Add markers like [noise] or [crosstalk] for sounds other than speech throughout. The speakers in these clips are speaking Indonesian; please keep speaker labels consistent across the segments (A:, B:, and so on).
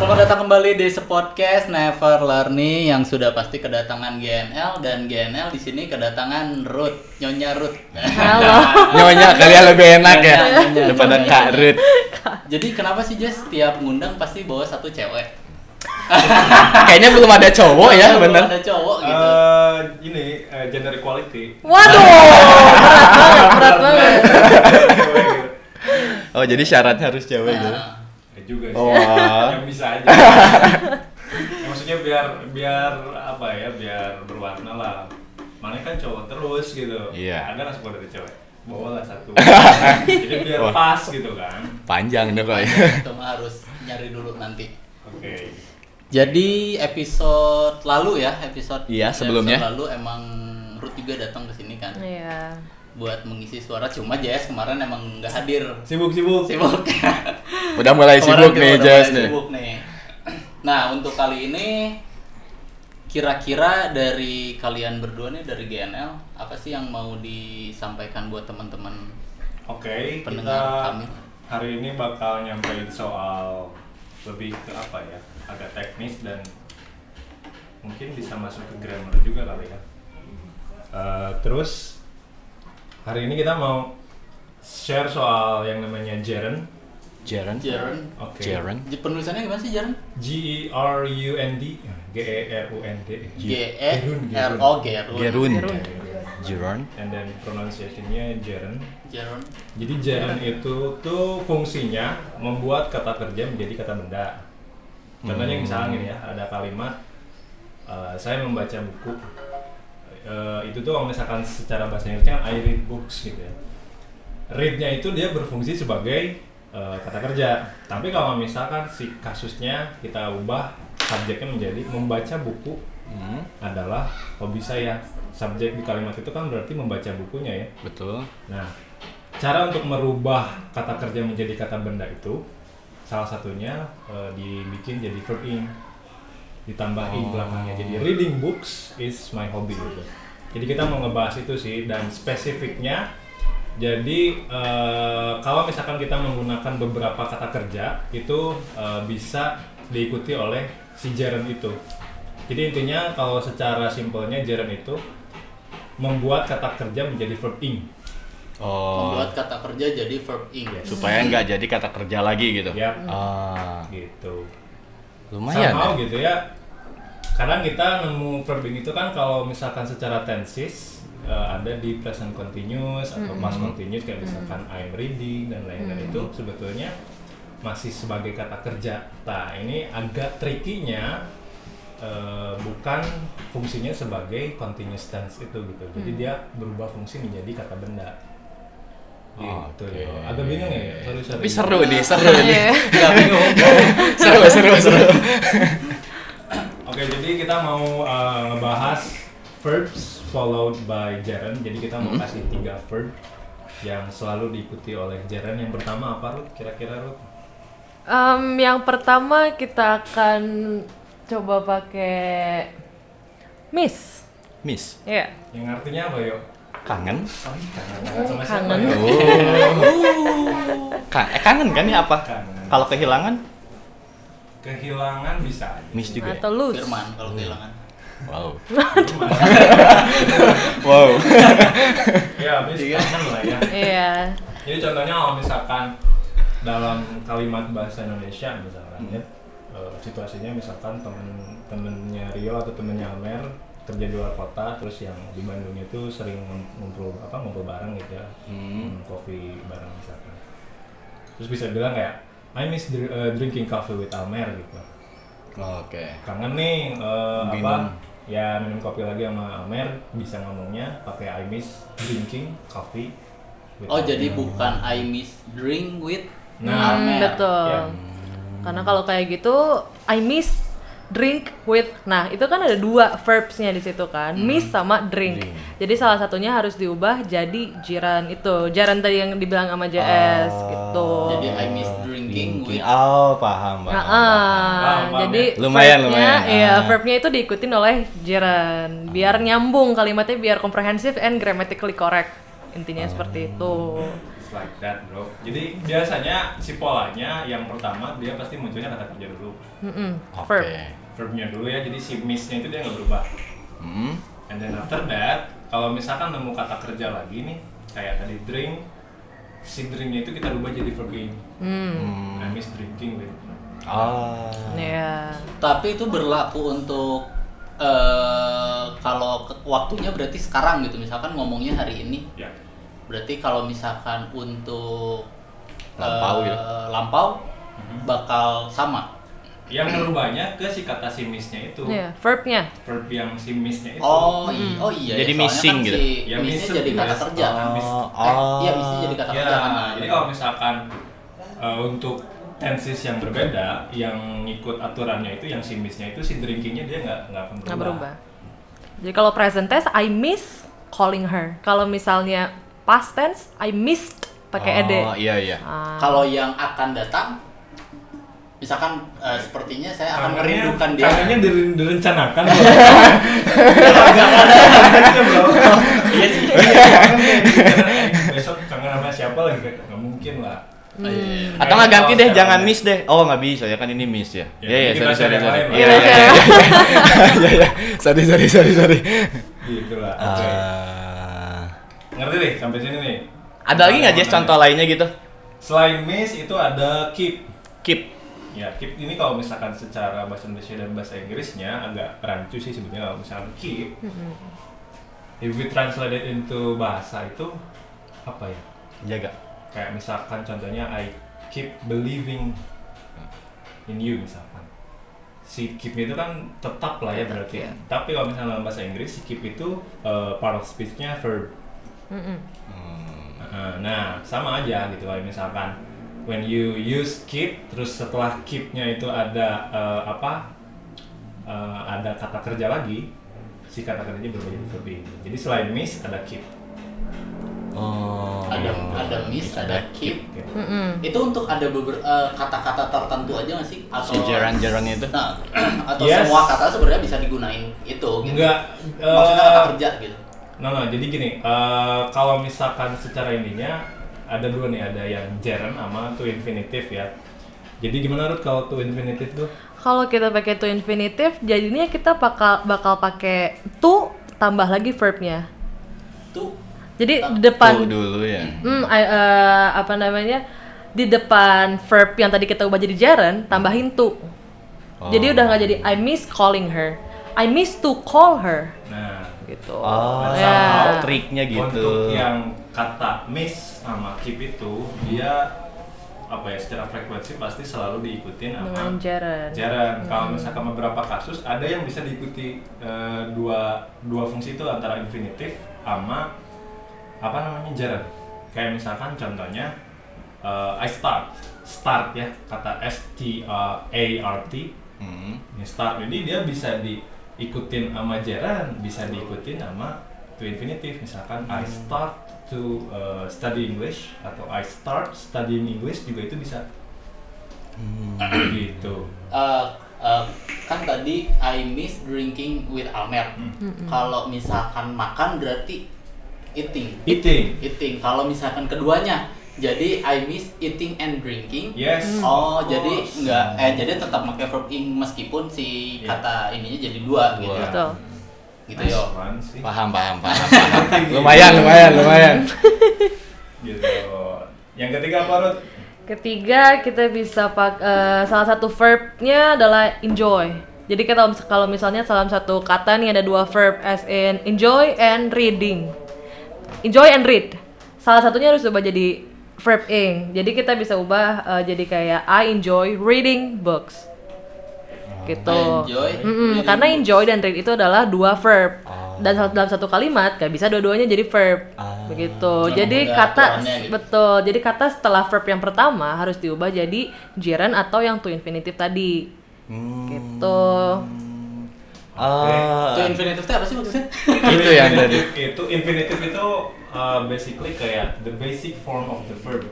A: kembali di Sepodcast Never Learning yang sudah pasti kedatangan GNL dan GNL di sini kedatangan Ruth, Nyonya Ruth.
B: Halo.
C: Nyonya kalian lebih enak ya
A: Nyonya, nyonya,
C: daripada
A: nyonya.
C: Kak Rut.
A: [laughs] Jadi kenapa sih Jess setiap ngundang pasti bawa satu cewek?
C: Kayaknya belum ada cowok ya,
A: Belum
C: bener.
A: Ada cowok gitu.
D: Eh, ini eh, gender equality.
B: Waduh, berat banget, berat banget.
D: Cewek gitu.
C: Oh, jadi syaratnya harus cewek gitu.
A: Nah,
D: Ya juga sih.
C: Wah.
D: [laughs] Yang bisa aja. Ya, maksudnya biar biar apa ya, biar berwarna lah. Mana kan cowok terus gitu.
C: Iya.
D: Ada nggak support dari cewek? Bawalah satu. Jadi biar
C: Wah.
D: pas gitu kan.
C: Panjang deh kok. ya.
A: itu mah harus nyari dulu nanti.
D: Oke.
A: Jadi episode lalu ya, episode
C: Iya, sebelumnya.
A: episode lalu emang Ruth juga datang ke sini kan
B: Iya.
A: buat mengisi suara cuma Jess kemarin emang nggak hadir.
D: Sibuk sibuk.
A: Sibuk.
C: [laughs]
A: [laughs]
C: Udah mulai
A: Kemarin
C: sibuk
A: kita
C: nih
A: udah
C: Jess
A: mulai
C: nih.
A: sibuk nih. Nah, untuk kali ini kira-kira dari kalian berdua nih dari GNL apa sih yang mau disampaikan buat teman-teman?
D: Oke,
A: Pendengar
D: kita
A: kami.
D: hari ini bakal nyampein soal lebih ke apa ya, agak teknis dan mungkin bisa masuk ke grammar juga kali ya. Eh, terus hari ini kita mau share soal yang namanya gerund.
C: Jaren.
A: Jaren.
D: Oke.
C: Jaren.
A: J- Penulisannya gimana sih Jaren?
D: G E R U N D, G E R U N D.
A: G E
D: Gerund,
A: R
D: gerund.
A: O G R U
C: Gerun.
B: Gerun.
C: Jaren.
D: And then pronunciation-nya gerund.
A: Jaren.
D: Jadi gerund itu tuh fungsinya membuat kata kerja menjadi kata benda. Contohnya misalnya gini ya, ada kalimat eh, saya membaca buku. Eh, itu tuh kalau misalkan secara bahasa Inggrisnya kan, I read books gitu ya. Readnya itu dia berfungsi sebagai eh, kata kerja. Tapi kalau misalkan si kasusnya kita ubah subjeknya menjadi membaca buku
C: Hmm,
D: adalah hobi saya. Subjek di kalimat itu kan berarti membaca bukunya ya.
C: betul.
D: Nah, cara untuk merubah kata kerja menjadi kata benda itu salah satunya eh, dibikin jadi verb ing. Ditambah ing belakangnya. Jadi reading books is my hobby gitu. Jadi kita mau ngebahas itu sih dan spesifiknya jadi eh, kalau misalkan kita menggunakan beberapa kata kerja itu eh, bisa diikuti oleh si gerund itu. Jadi intinya kalau secara simpelnya gerund itu membuat kata kerja menjadi verb ing.
C: Oh,
A: Membuat kata kerja jadi verb ing.
D: Yes.
C: supaya nggak jadi kata kerja lagi gitu.
A: Iya.
D: Yap.
C: Ah,
D: gitu
C: lumayan.
D: sama
C: ya.
D: gitu ya kadang kita nemu verbing itu kan kalau misalkan secara tenses eh, ada di present continuous atau past continuous kayak misalkan I'm reading dan lain-lain itu sebetulnya masih sebagai kata kerja. Nah ini agak trikinya eh, bukan fungsinya sebagai continuous tense itu gitu. Jadi dia berubah fungsi menjadi kata benda. Gitu.
C: Oh, Oke.
D: Agak bingung ya? Sorry, sorry.
C: Tapi seru nih, seru nih.
B: Iya.
A: Nggak bingung.
C: [laughs] Seru, seru, seru.
D: Oke, jadi kita mau uh, ngebahas verbs followed by gerund. Jadi kita
C: Hmm.
D: mau kasih tiga verb yang selalu diikuti oleh gerund. Yang pertama apa, Ruth? Kira-kira, Ruth?
B: Em, yang pertama kita akan coba pakai Miss.
C: Miss,
B: Iya.
D: Yang artinya apa, yuk?
C: kangen?
D: Kangen sama siapa,
B: kangen.
D: yuk?
C: Oh. Ka- eh, kangen kan ya apa?
D: Kangen.
C: Kalau kehilangan,
D: Kehilangan bisa aja.
C: miss juga. ya?
B: Atau lose.
A: Firman kalau kehilangan.
C: Wow. [laughs] wow.
D: ya, habis kangen lah ya.
B: Iya.
D: Jadi contohnya kalau misalkan dalam kalimat bahasa Indonesia misalkan ya, eh, situasinya misalkan temen temennya Rio atau temennya Amer kerja di luar kota terus yang di Bandung itu sering ngum- ngumpul apa ngumpul bareng gitu ya minum kopi bareng misalkan terus bisa bilang kayak I miss dr- eh, drinking coffee with Amer gitu
C: Oke.
D: kangen nih eh,
C: Minum.
D: apa ya minum kopi lagi sama Amer bisa ngomongnya pakai I miss drinking coffee with
A: Oh, jadi
D: Amer.
A: bukan I miss drink with
D: Nah,
B: Hmm,
A: Amer.
B: betul.
D: Ya.
B: Karena kalau kayak gitu, I miss drink with. Nah, itu kan ada dua verbs-nya di situ kan, miss sama drink. Jadi salah satunya harus diubah jadi jiran itu. Jaran tadi yang dibilang sama JS gitu.
A: Jadi I miss drinking with
C: Oh, paham, paham.
B: Nah, ah,
D: paham, paham
B: jadi
C: ya. Lumayan,
B: verbnya-
C: lumayan.
B: Iya,
C: Ah.
B: verbnya itu diikutin oleh jiran. Biar
C: Hmm.
B: nyambung kalimatnya, biar komprehensif and grammatically correct. Intinya seperti itu.
D: It's like that, bro. Jadi biasanya si polanya yang pertama dia pasti munculnya kata kerja dulu.
B: Mm-mm,
C: Oke.
B: verb.
D: Verbnya dulu ya, jadi si miss-nya itu dia nggak berubah.
C: Hmm.
D: And then after that, kalau misalkan nemu kata kerja lagi nih, kayak tadi drink, si drinknya itu kita rubah jadi verbing.
B: Hmm.
D: I miss drinking gitu. with.
C: Ah.
B: Ya.
A: Tapi itu berlaku untuk eh kalau ke- waktunya berarti sekarang gitu. Misalkan ngomongnya hari ini,
D: Ya.
A: berarti kalau misalkan untuk eh,
C: Lampau Mhm. ya.
A: lampau bakal sama.
D: Yang merubahnya ke si kata si miss-nya itu.
B: Ya, verbnya.
D: Verb yang si miss-nya itu. Mhm.
A: Oh, i- oh iya.
C: Jadi
A: ya, soalnya
C: missing
A: kan
C: gitu.
A: Si
D: Ya,
A: missnya
D: missing,
A: jadi kata
D: yes.
A: kerja kan.
D: Miss-
C: Oh,
A: Eh, iya
C: oh.
A: missnya jadi kata
D: Ya,
A: kerja kan.
D: jadi kalau misalkan eh, untuk tenses yang berbeda, yang ngikut aturannya itu, yang si miss-nya itu, si drinkingnya dia nggak nggak akan
B: nggak berubah. Jadi kalau present tense I miss calling her. Kalau misalnya past tense I missed pakai ed. Ah.
C: Oh, iya iya.
A: Kalau yang akan datang, misalkan eh, sepertinya saya akan
D: Tangannya-
A: merindukan dia.
D: tangannya dire-
C: [laughs]
D: direncanakan. bro.
A: Iya sih.
D: kan, Besok kangen sama siapa lagi? Nggak mungkin lah.
C: Hmm.
D: Iya,
C: Atau nggak ganti deh, jangan miss deh. Oh nggak bisa ya kan ini miss ya. Iya
D: Ya,
C: iya,
D: ini
C: sorry
D: bahasa
C: sorry
D: yang
C: sorry.
D: lain lah.
B: [laughs]
C: Iya iya iya. [laughs] Iya iya, sorry sorry sorry sorry.
D: Gitu lah. oke.
C: Ah.
D: Ngerti nih sampai sini nih.
C: Ada lagi nggak Jess contoh lainnya gitu?
D: Selain miss itu ada keep.
C: Keep.
D: Ya, keep ini kalau misalkan secara bahasa Indonesia dan bahasa Inggrisnya agak rancu sih sebenarnya kalau misalkan keep. If we translate it into bahasa itu apa ya?
C: Jaga.
D: Kayak misalkan contohnya I keep believing in you misalkan. Si keep itu kan tetap lah ya berarti.
B: iya.
D: Tapi kalau misalnya dalam bahasa Inggris si keep itu uh, part of speech-nya verb.
B: Mm-mm.
D: Uh, Nah, sama aja gitu kalau misalkan when you use keep terus setelah keep-nya itu ada uh, apa? uh, ada kata kerja lagi. Si kata kerjanya berubah jadi verb. Jadi selain miss ada keep.
C: Oh.
A: Ada ada miss, ada keep.
D: gitu.
B: Mm-mm.
A: Itu untuk ada beberapa eh, kata-kata tertentu aja nggak sih? Atau
C: Si jaran-jaran itu.
A: Nah, [clears throat] atau
D: Yes.
A: semua kata sebenarnya bisa digunain itu gitu.
D: Enggak
A: Maksudnya kata
D: uh,
A: kerja gitu.
D: No, no, jadi gini, eh, kalau misalkan secara ininya ada dua nih, ada yang gerund sama to infinitive ya. Jadi gimana Ruth kalau to infinitive tuh?
B: Kalau kita pakai to infinitive, jadinya kita bakal bakal pakai to tambah lagi verbnya.
A: Tuh
B: Jadi di
C: Tuh
B: depan
C: dulu ya.
B: Hmm, I- eh, apa namanya di depan verb yang tadi kita ubah jadi gerund tambahin to. Jadi udah nggak jadi I miss calling her, I miss to call her
D: Nah,
B: gitu.
C: Oh,
B: Ya.
C: triknya
D: untuk
C: gitu.
D: yang kata miss sama keep itu dia apa ya secara frekuensi pasti selalu diikutin
B: dengan
D: sama
B: gerund.
D: gerund. Kalau misalkan beberapa kasus ada yang bisa diikuti eh, dua dua fungsi itu antara infinitif sama apa namanya gerund. Kayak misalkan contohnya eh, I start, start ya kata S T A R T.
C: Hmm.
D: Ini start. Jadi dia bisa diikutin sama gerund, bisa diikutin sama to infinitif. Misalkan I start to eh, study English atau I start studying English juga itu bisa. gitu.
A: eh, eh, kan tadi I miss drinking with Amer.
D: Hmm.
A: Kalau misalkan makan berarti eating.
D: Eating.
A: Eating. Kalau misalkan keduanya jadi I miss eating and drinking.
D: Yes.
A: Oh,
D: of
A: jadi
D: course.
A: enggak eh jadi tetap pakai verb ing meskipun si
D: Iya.
A: kata ininya jadi dua, gitu.
C: Dua.
B: Betul.
A: Gitu
D: Nice
A: yo.
D: one sih. [laughs]
C: Paham, paham,
A: [laughs]
C: paham, paham. lumayan, lumayan, lumayan.
D: Gitu. Yang ketiga apa Ruth?
B: Ketiga kita bisa pak eh, salah satu verbnya adalah enjoy. Jadi kita mis- kalau misalnya salah satu kata nih ada dua verb as in enjoy and reading. Enjoy and read. Salah satunya harus ubah jadi verb ing. Jadi kita bisa ubah eh, jadi kayak I enjoy reading books. Gitu.
A: I enjoy
B: Mm-mm,
A: reading
B: karena
A: books.
B: enjoy dan read itu adalah dua verb.
A: Ah.
B: Dan sal- dalam satu kalimat gak bisa dua-duanya jadi verb. Begitu.
A: Memang
B: Jadi
A: ada
B: kata
A: Ah. aturannya gitu.
B: betul. Jadi kata setelah verb yang pertama harus diubah jadi gerund atau yang to infinitive tadi.
A: Hmm.
B: Gitu. Oh.
C: Ah,
A: Itu infinitive itu apa sih maksudnya?
C: itu yang tadi.
D: Infinitive Itu infinitive itu uh, basically kayak the basic form of the verb.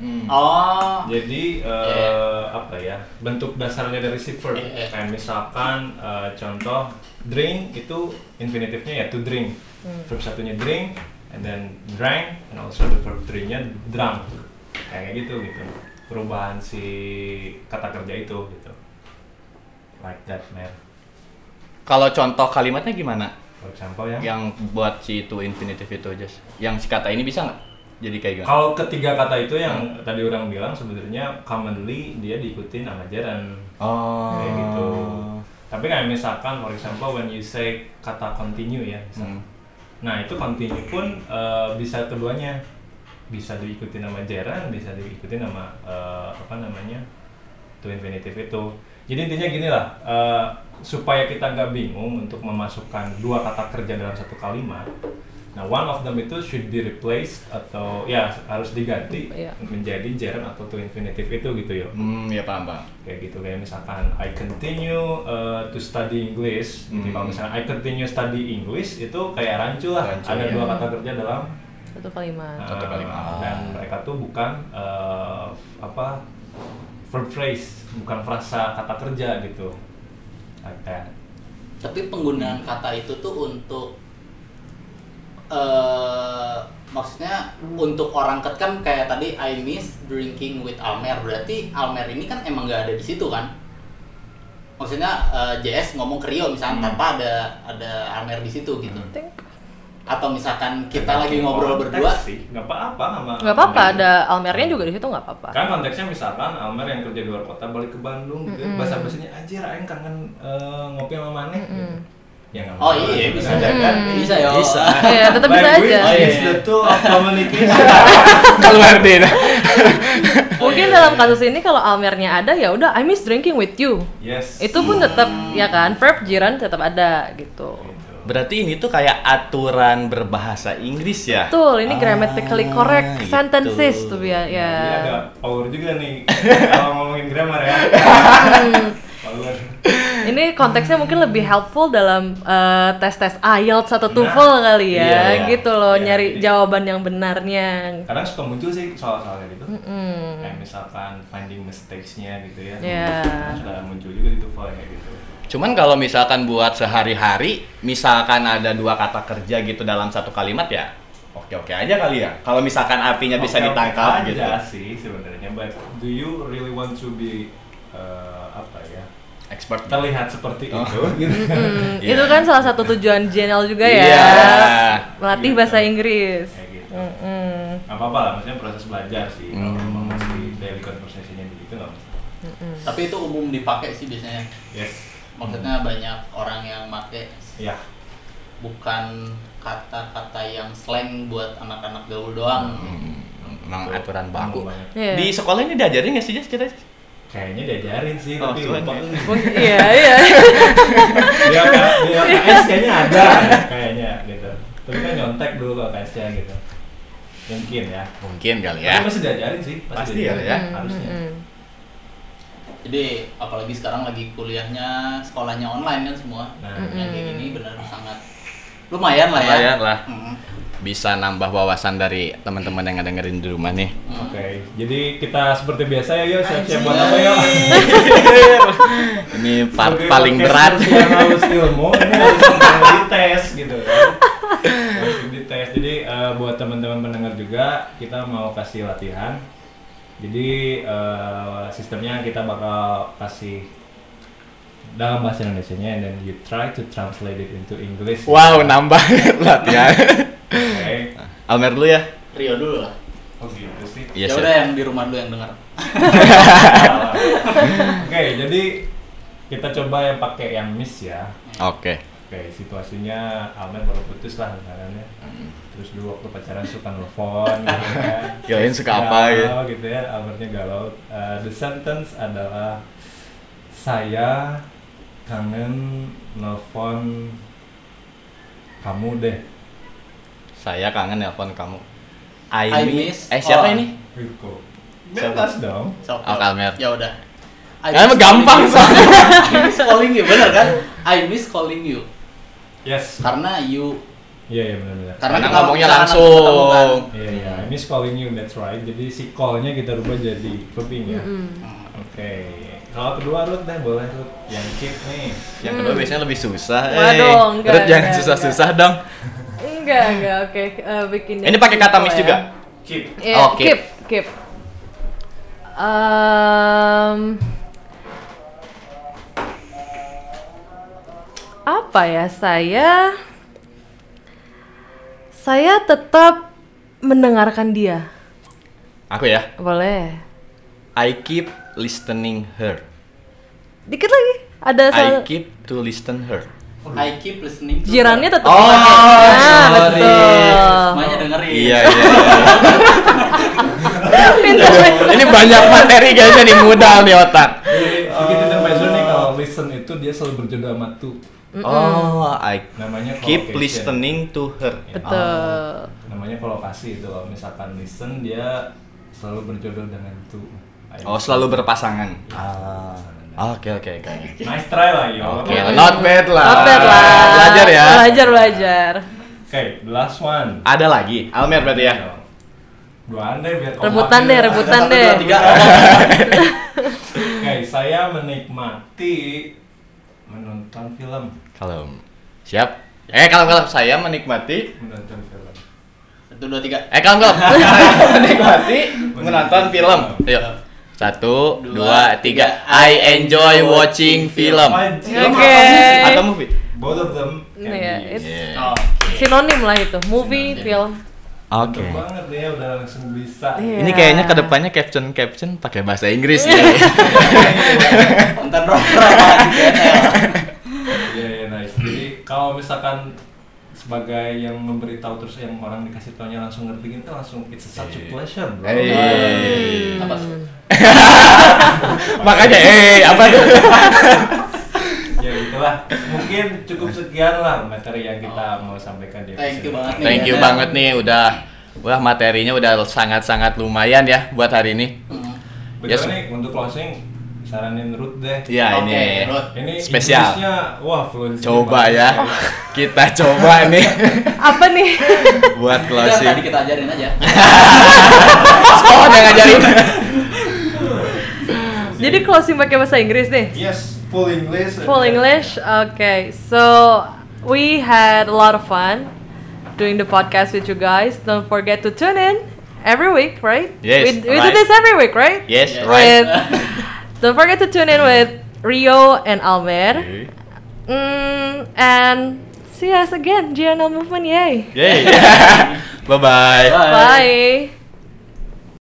B: Hmm.
A: Oh,
D: Jadi uh,
A: Yeah.
D: apa ya? Bentuk dasarnya dari si verb.
A: Yeah.
D: Kayak misalkan eh, uh, contoh drink itu infinitifnya ya to drink. Verb satunya drink, and then drank and also the verb three-nya drunk kayak gitu gitu perubahan si kata kerja itu gitu like that man
C: Kalau contoh kalimatnya gimana?
D: for example ya
C: Yang buat si to infinitive itu just. Yang si kata ini bisa nggak? Jadi kayak gimana?
D: kalau ketiga kata itu yang tadi orang bilang sebenarnya commonly dia diikutin sama jaran
C: Oh.
D: kayak gitu tapi kayak misalkan for example when you say kata continue ya misalkan.
C: Hmm.
D: nah itu continue pun eh, bisa keduanya bisa diikuti nama jaran bisa diikuti nama eh, apa namanya to infinitive itu jadi intinya gini lah eh, supaya kita nggak bingung untuk memasukkan dua kata kerja dalam satu kalimat nah one of them itu should be replaced atau ya harus diganti
B: Iya.
D: menjadi jaran atau to infinitive itu gitu ya
C: Hmm, ya paham [laughs] paham.
D: kayak gitu kayak misalkan I continue uh, to study English gitu
C: Hmm.
D: kalau misalnya I continue study English itu kayak rancu lah
C: Rancu,
D: ada
C: ya.
D: dua kata kerja dalam
B: Satu kalimat.
A: Ah.
C: Satu
D: uh,
C: kalimat.
D: dan mereka tuh bukan uh, apa verb phrase bukan frasa kata kerja gitu like that.
A: Tapi penggunaan kata itu tuh untuk eh maksudnya untuk orang ket kan kayak tadi I miss drinking with Almer berarti Almer ini kan emang nggak ada di situ kan? Maksudnya eh, JS ngomong ke Rio
B: Hmm.
A: misalnya tanpa ada ada Almer di situ gitu.
B: Think.
A: Atau misalkan kita lagi ngobrol
D: Konteks
A: berdua
D: sih nggak apa-apa sama
B: Gak apa-apa, ada Almernya juga di situ nggak
A: [laughs]
B: apa-apa.
D: kan konteksnya misalkan Almer yang kerja di luar kota balik ke Bandung gitu bahasa bahasanya anjir aing kangen eh, ngopi sama maneh gitu. Ya, nggak
A: Oh
D: masalah.
A: iya bisa
D: Gitu.
A: jaga, bisa ya.
C: Bisa.
B: Iya, tetap bisa
D: Language
B: aja.
A: Oh, iya.
D: is the tool of
C: [laughs]
D: communication.
C: Keluar deh.
B: Mungkin dalam kasus ini kalau Almernya ada ya udah I miss drinking with you.
D: yes.
B: Itu
A: Hmm.
B: pun tetap ya kan, verb jiran tetap ada gitu.
D: Gitu.
C: Berarti ini tuh kayak aturan berbahasa Inggris ya?
B: Betul, ini grammatically
C: Ah,
B: correct
C: gitu. Iya
B: sentences tuh ya. ya.
D: Jadi ada power juga
C: [laughs]
D: nih kalau ngomongin grammar ya. [laughs] Power.
B: Ini konteksnya mungkin lebih helpful dalam eh, tes-tes IELTS atau TOEFL kali ya,
C: Iya, iya.
B: gitu loh,
D: Iya,
B: nyari
D: jadi-
B: jawaban yang
C: [laughs]
B: benarnya.
D: Kadang suka muncul sih soal-soal kayak gitu. Kayak misalkan finding mistakes-nya gitu ya.
B: Iya.
D: Kadang Suka muncul juga di TOEFL kayak gitu.
C: Cuman kalau misalkan buat sehari-hari, misalkan ada dua kata kerja gitu dalam satu kalimat ya, oke-oke aja kali ya. Kalau misalkan artinya bisa
D: Oke-oke
C: ditangkap
D: aja
C: gitu.
D: sih sebenarnya, but do you really want to be eh, apa ya?
C: Expert.
D: Terlihat seperti
C: Oh.
D: itu
B: [laughs]
D: gitu.
B: Hmm,
C: Iya.
B: Itu kan salah satu tujuan JNL juga ya,
C: Iya.
B: melatih
D: Gitu.
B: bahasa Inggris.
D: kayak gitu.
B: Mm-mm.
D: nggak apa-apa lah, maksudnya proses belajar sih. Kalau
C: Hmm.
D: memang masih daily conversation-nya begitu nggak masalah.
A: Tapi itu umum dipakai sih biasanya.
D: Yes.
A: Maksudnya banyak orang yang make
D: Ya.
A: bukan kata-kata yang slang buat anak-anak gaul doang.
C: Hmm, Emang aturan baku.
D: Banyak.
B: Iya.
C: Di sekolah ini diajarin nggak sih Jas, kita?
D: Kayaknya diajarin sih,
C: Oh,
D: tapi
C: cuman
D: lupa. Iya,
C: ya.
B: Mungkin-
C: [laughs]
B: Iya, iya.
D: Di LK- di LKS Eh, kayaknya ada, kayaknya gitu. Tapi kan nyontek dulu ke LKS-nya gitu. Mungkin ya.
C: Mungkin kali
D: Tapi
C: ya.
D: masih diajarin sih,
C: Pasti
D: diajarin,
C: ya,
D: harusnya.
B: Mm-mm.
A: Jadi apalagi sekarang lagi kuliahnya, sekolahnya online kan semua.
D: Nah,
A: Yang kayak gini benar sangat lumayan lah ya.
C: Lumayan lah.
A: Mm.
C: Bisa nambah wawasan dari teman-teman yang dengerin di rumah nih.
D: Oke, jadi kita seperti biasa ya, yuk siap-siap buat apa ya?
C: Ini part paling berat.
D: Yang harus ilmu, ini
C: [laughs]
D: harus yang dites gitu kan. Harus dites. Jadi eh, buat teman-teman pendengar juga, kita mau kasih latihan. Jadi eh, sistemnya kita bakal kasih dalam bahasa Indonesia-nya and then you try to translate it into English.
C: Wow, nah. nambah [laughs] latihan.
D: Oke.
C: Almer dulu ya.
A: Rio dulu lah.
D: Oh gitu
C: [laughs]
D: sih.
C: Iya,
A: ya
C: Seth.
A: udah yang di rumah dulu yang dengar.
D: Oke, jadi kita coba yang pakai yang miss ya.
C: Oke.
D: Oke, situasinya Almer baru putus lah misalnya.
C: Hmm.
D: Terus dulu waktu pacaran suka nelfon gitu kan.
C: [laughs] Kirain suka apa
D: Galau
C: gitu.
D: gitu ya, Almernya galau. Eh, the sentence adalah saya kangen nelfon kamu deh.
C: Saya kangen nelpon kamu.
A: I
C: I,
A: miss
C: miss. Eh
A: all.
C: siapa ini?
D: Riko.
C: Siapa?
D: Bebas dong.
A: So,
C: Oh, Kalmer.
A: Ya udah. I
C: Karena
A: miss
C: gampang
A: calling you.
C: soalnya.
A: [laughs] I miss calling you, bener kan? I miss calling you
D: Yes.
A: karena you
D: Iya iya benar-benar.
A: karena,
C: Karena
A: kita
C: ngomongnya
A: kita anak
C: langsung.
A: ketemu kan.
D: Iya iya, I miss calling you, that's right. Jadi si call-nya kita rubah jadi verbing ya.
A: Mm.
D: Oke. Kalau kedua Ruth deh, boleh Ruth. Yang keep nih.
C: Yang kedua biasanya lebih susah.
B: Waduh,
C: eh.
B: enggak,
C: Rut, jangan
B: enggak,
C: susah-susah dong.
B: Mm, Enggak, enggak. Oke, eh, bikin
C: Ini pakai kata
B: simple
C: miss
B: ya.
C: juga.
D: Keep.
B: Iya,
C: Oh, keep.
B: keep, keep. Em, apa ya saya? Saya tetap mendengarkan dia.
C: Aku ya.
B: Boleh.
C: I keep listening her.
B: Dikit lagi. Ada salah.
C: I keep to listen her.
A: I keep listening to
B: Jirannya
A: her.
B: tetap.
C: Oh,
B: dipakai. nah,
C: sorry.
B: betul. [laughs]
A: Semuanya dengerin.
C: Iya iya. iya.
B: Pintar banget.
C: Ini banyak materi kayaknya nih modal nih otak.
D: Jadi sedikit
B: Ah.
D: intermezzo nih kalau listen itu dia selalu berjodoh sama tuh.
C: Oh, I
D: Namanya
C: keep
D: collocation.
C: listening to her.
B: Betul.
D: Namanya kolokasi itu kalau misalkan listen dia selalu berjodoh dengan tuh.
C: Oh, selalu berpasangan.
D: Ah.
C: Oke oke oke.
D: Nice try lah yo.
C: Oke, not bad lah.
B: Not bad lah.
C: Ah, Belajar ya.
B: Belajar belajar.
D: Oke, the last one.
C: Ada lagi, Almer berarti ya.
D: Dua andai biar
B: Rebutan deh,
D: kompatibel.
B: rebutan
A: Satu,
B: deh.
A: dua, tiga.
D: Guys, saya menikmati menonton film,
C: Kalem. Siap. Eh kalem kalem. Saya menikmati.
D: menonton film.
A: Satu, dua, tiga.
C: Eh kalem [laughs] kalem. Saya menikmati menonton film. Yuk. Satu, dua, tiga. I enjoy watching film.
D: Wajib.
B: Oke.
C: Atau movie.
D: Both of them can
B: Iya,
D: be
B: it's-
D: used.
C: Yeah.
A: Oh.
B: Sinonim lah itu.
C: Sinonim.
B: Movie, film.
C: Oke.
D: Betul banget nih ya, udah langsung bisa. [laughs]
B: Iya.
C: Ini kayaknya kedepannya caption caption pakai bahasa Inggris nih.
A: Nonton rock-rock di channel.
D: Iya iya nice.
C: Hmm.
D: Jadi kalau misalkan sebagai yang memberitahu terus yang orang dikasih taunya langsung ngerti gitu langsung it's such
C: Iya.
D: a pleasure bro.
C: Eh.
A: Apa tuh?
C: [laughs] Makanya eh [laughs] apa tuh?
D: Ya gitulah. Mungkin cukup sekian lah materi yang kita mau sampaikan di
A: Thank you
D: episode
A: banget nih.
C: Oh. Thank you
A: Daniel.
C: banget nih udah wah materinya udah sangat-sangat lumayan ya buat hari ini.
A: Hmm.
D: Betul
C: Yes.
D: nih untuk closing saranin Ruth deh.
C: Ya
A: Oke,
C: ini
A: Ruth.
D: Ini
C: Spesial.
D: Inggrisnya, wah fluensinya
C: coba
D: bagus
C: ya kita coba nih
B: Apa nih? [laughs]
C: buat
A: Itu yang tadi kan.
C: [laughs] closing.
A: kita ajarin aja.
C: Oh yang ngajarin.
B: Jadi closing pakai bahasa Inggris nih.
D: Yes, full English.
B: Full English. Okay. So we had a lot of fun doing the podcast with you guys. Don't forget to tune in every week, right?
C: Yes,
B: We, we do
C: right.
B: this every week, right?
C: Yes,
A: Yes.
C: right.
B: With, don't forget to tune in with Rio and Almer. Mm, and
C: [laughs]
A: [laughs]
B: see us again, GNL Movement, yay!
C: Yay. Bye bye.
B: Bye.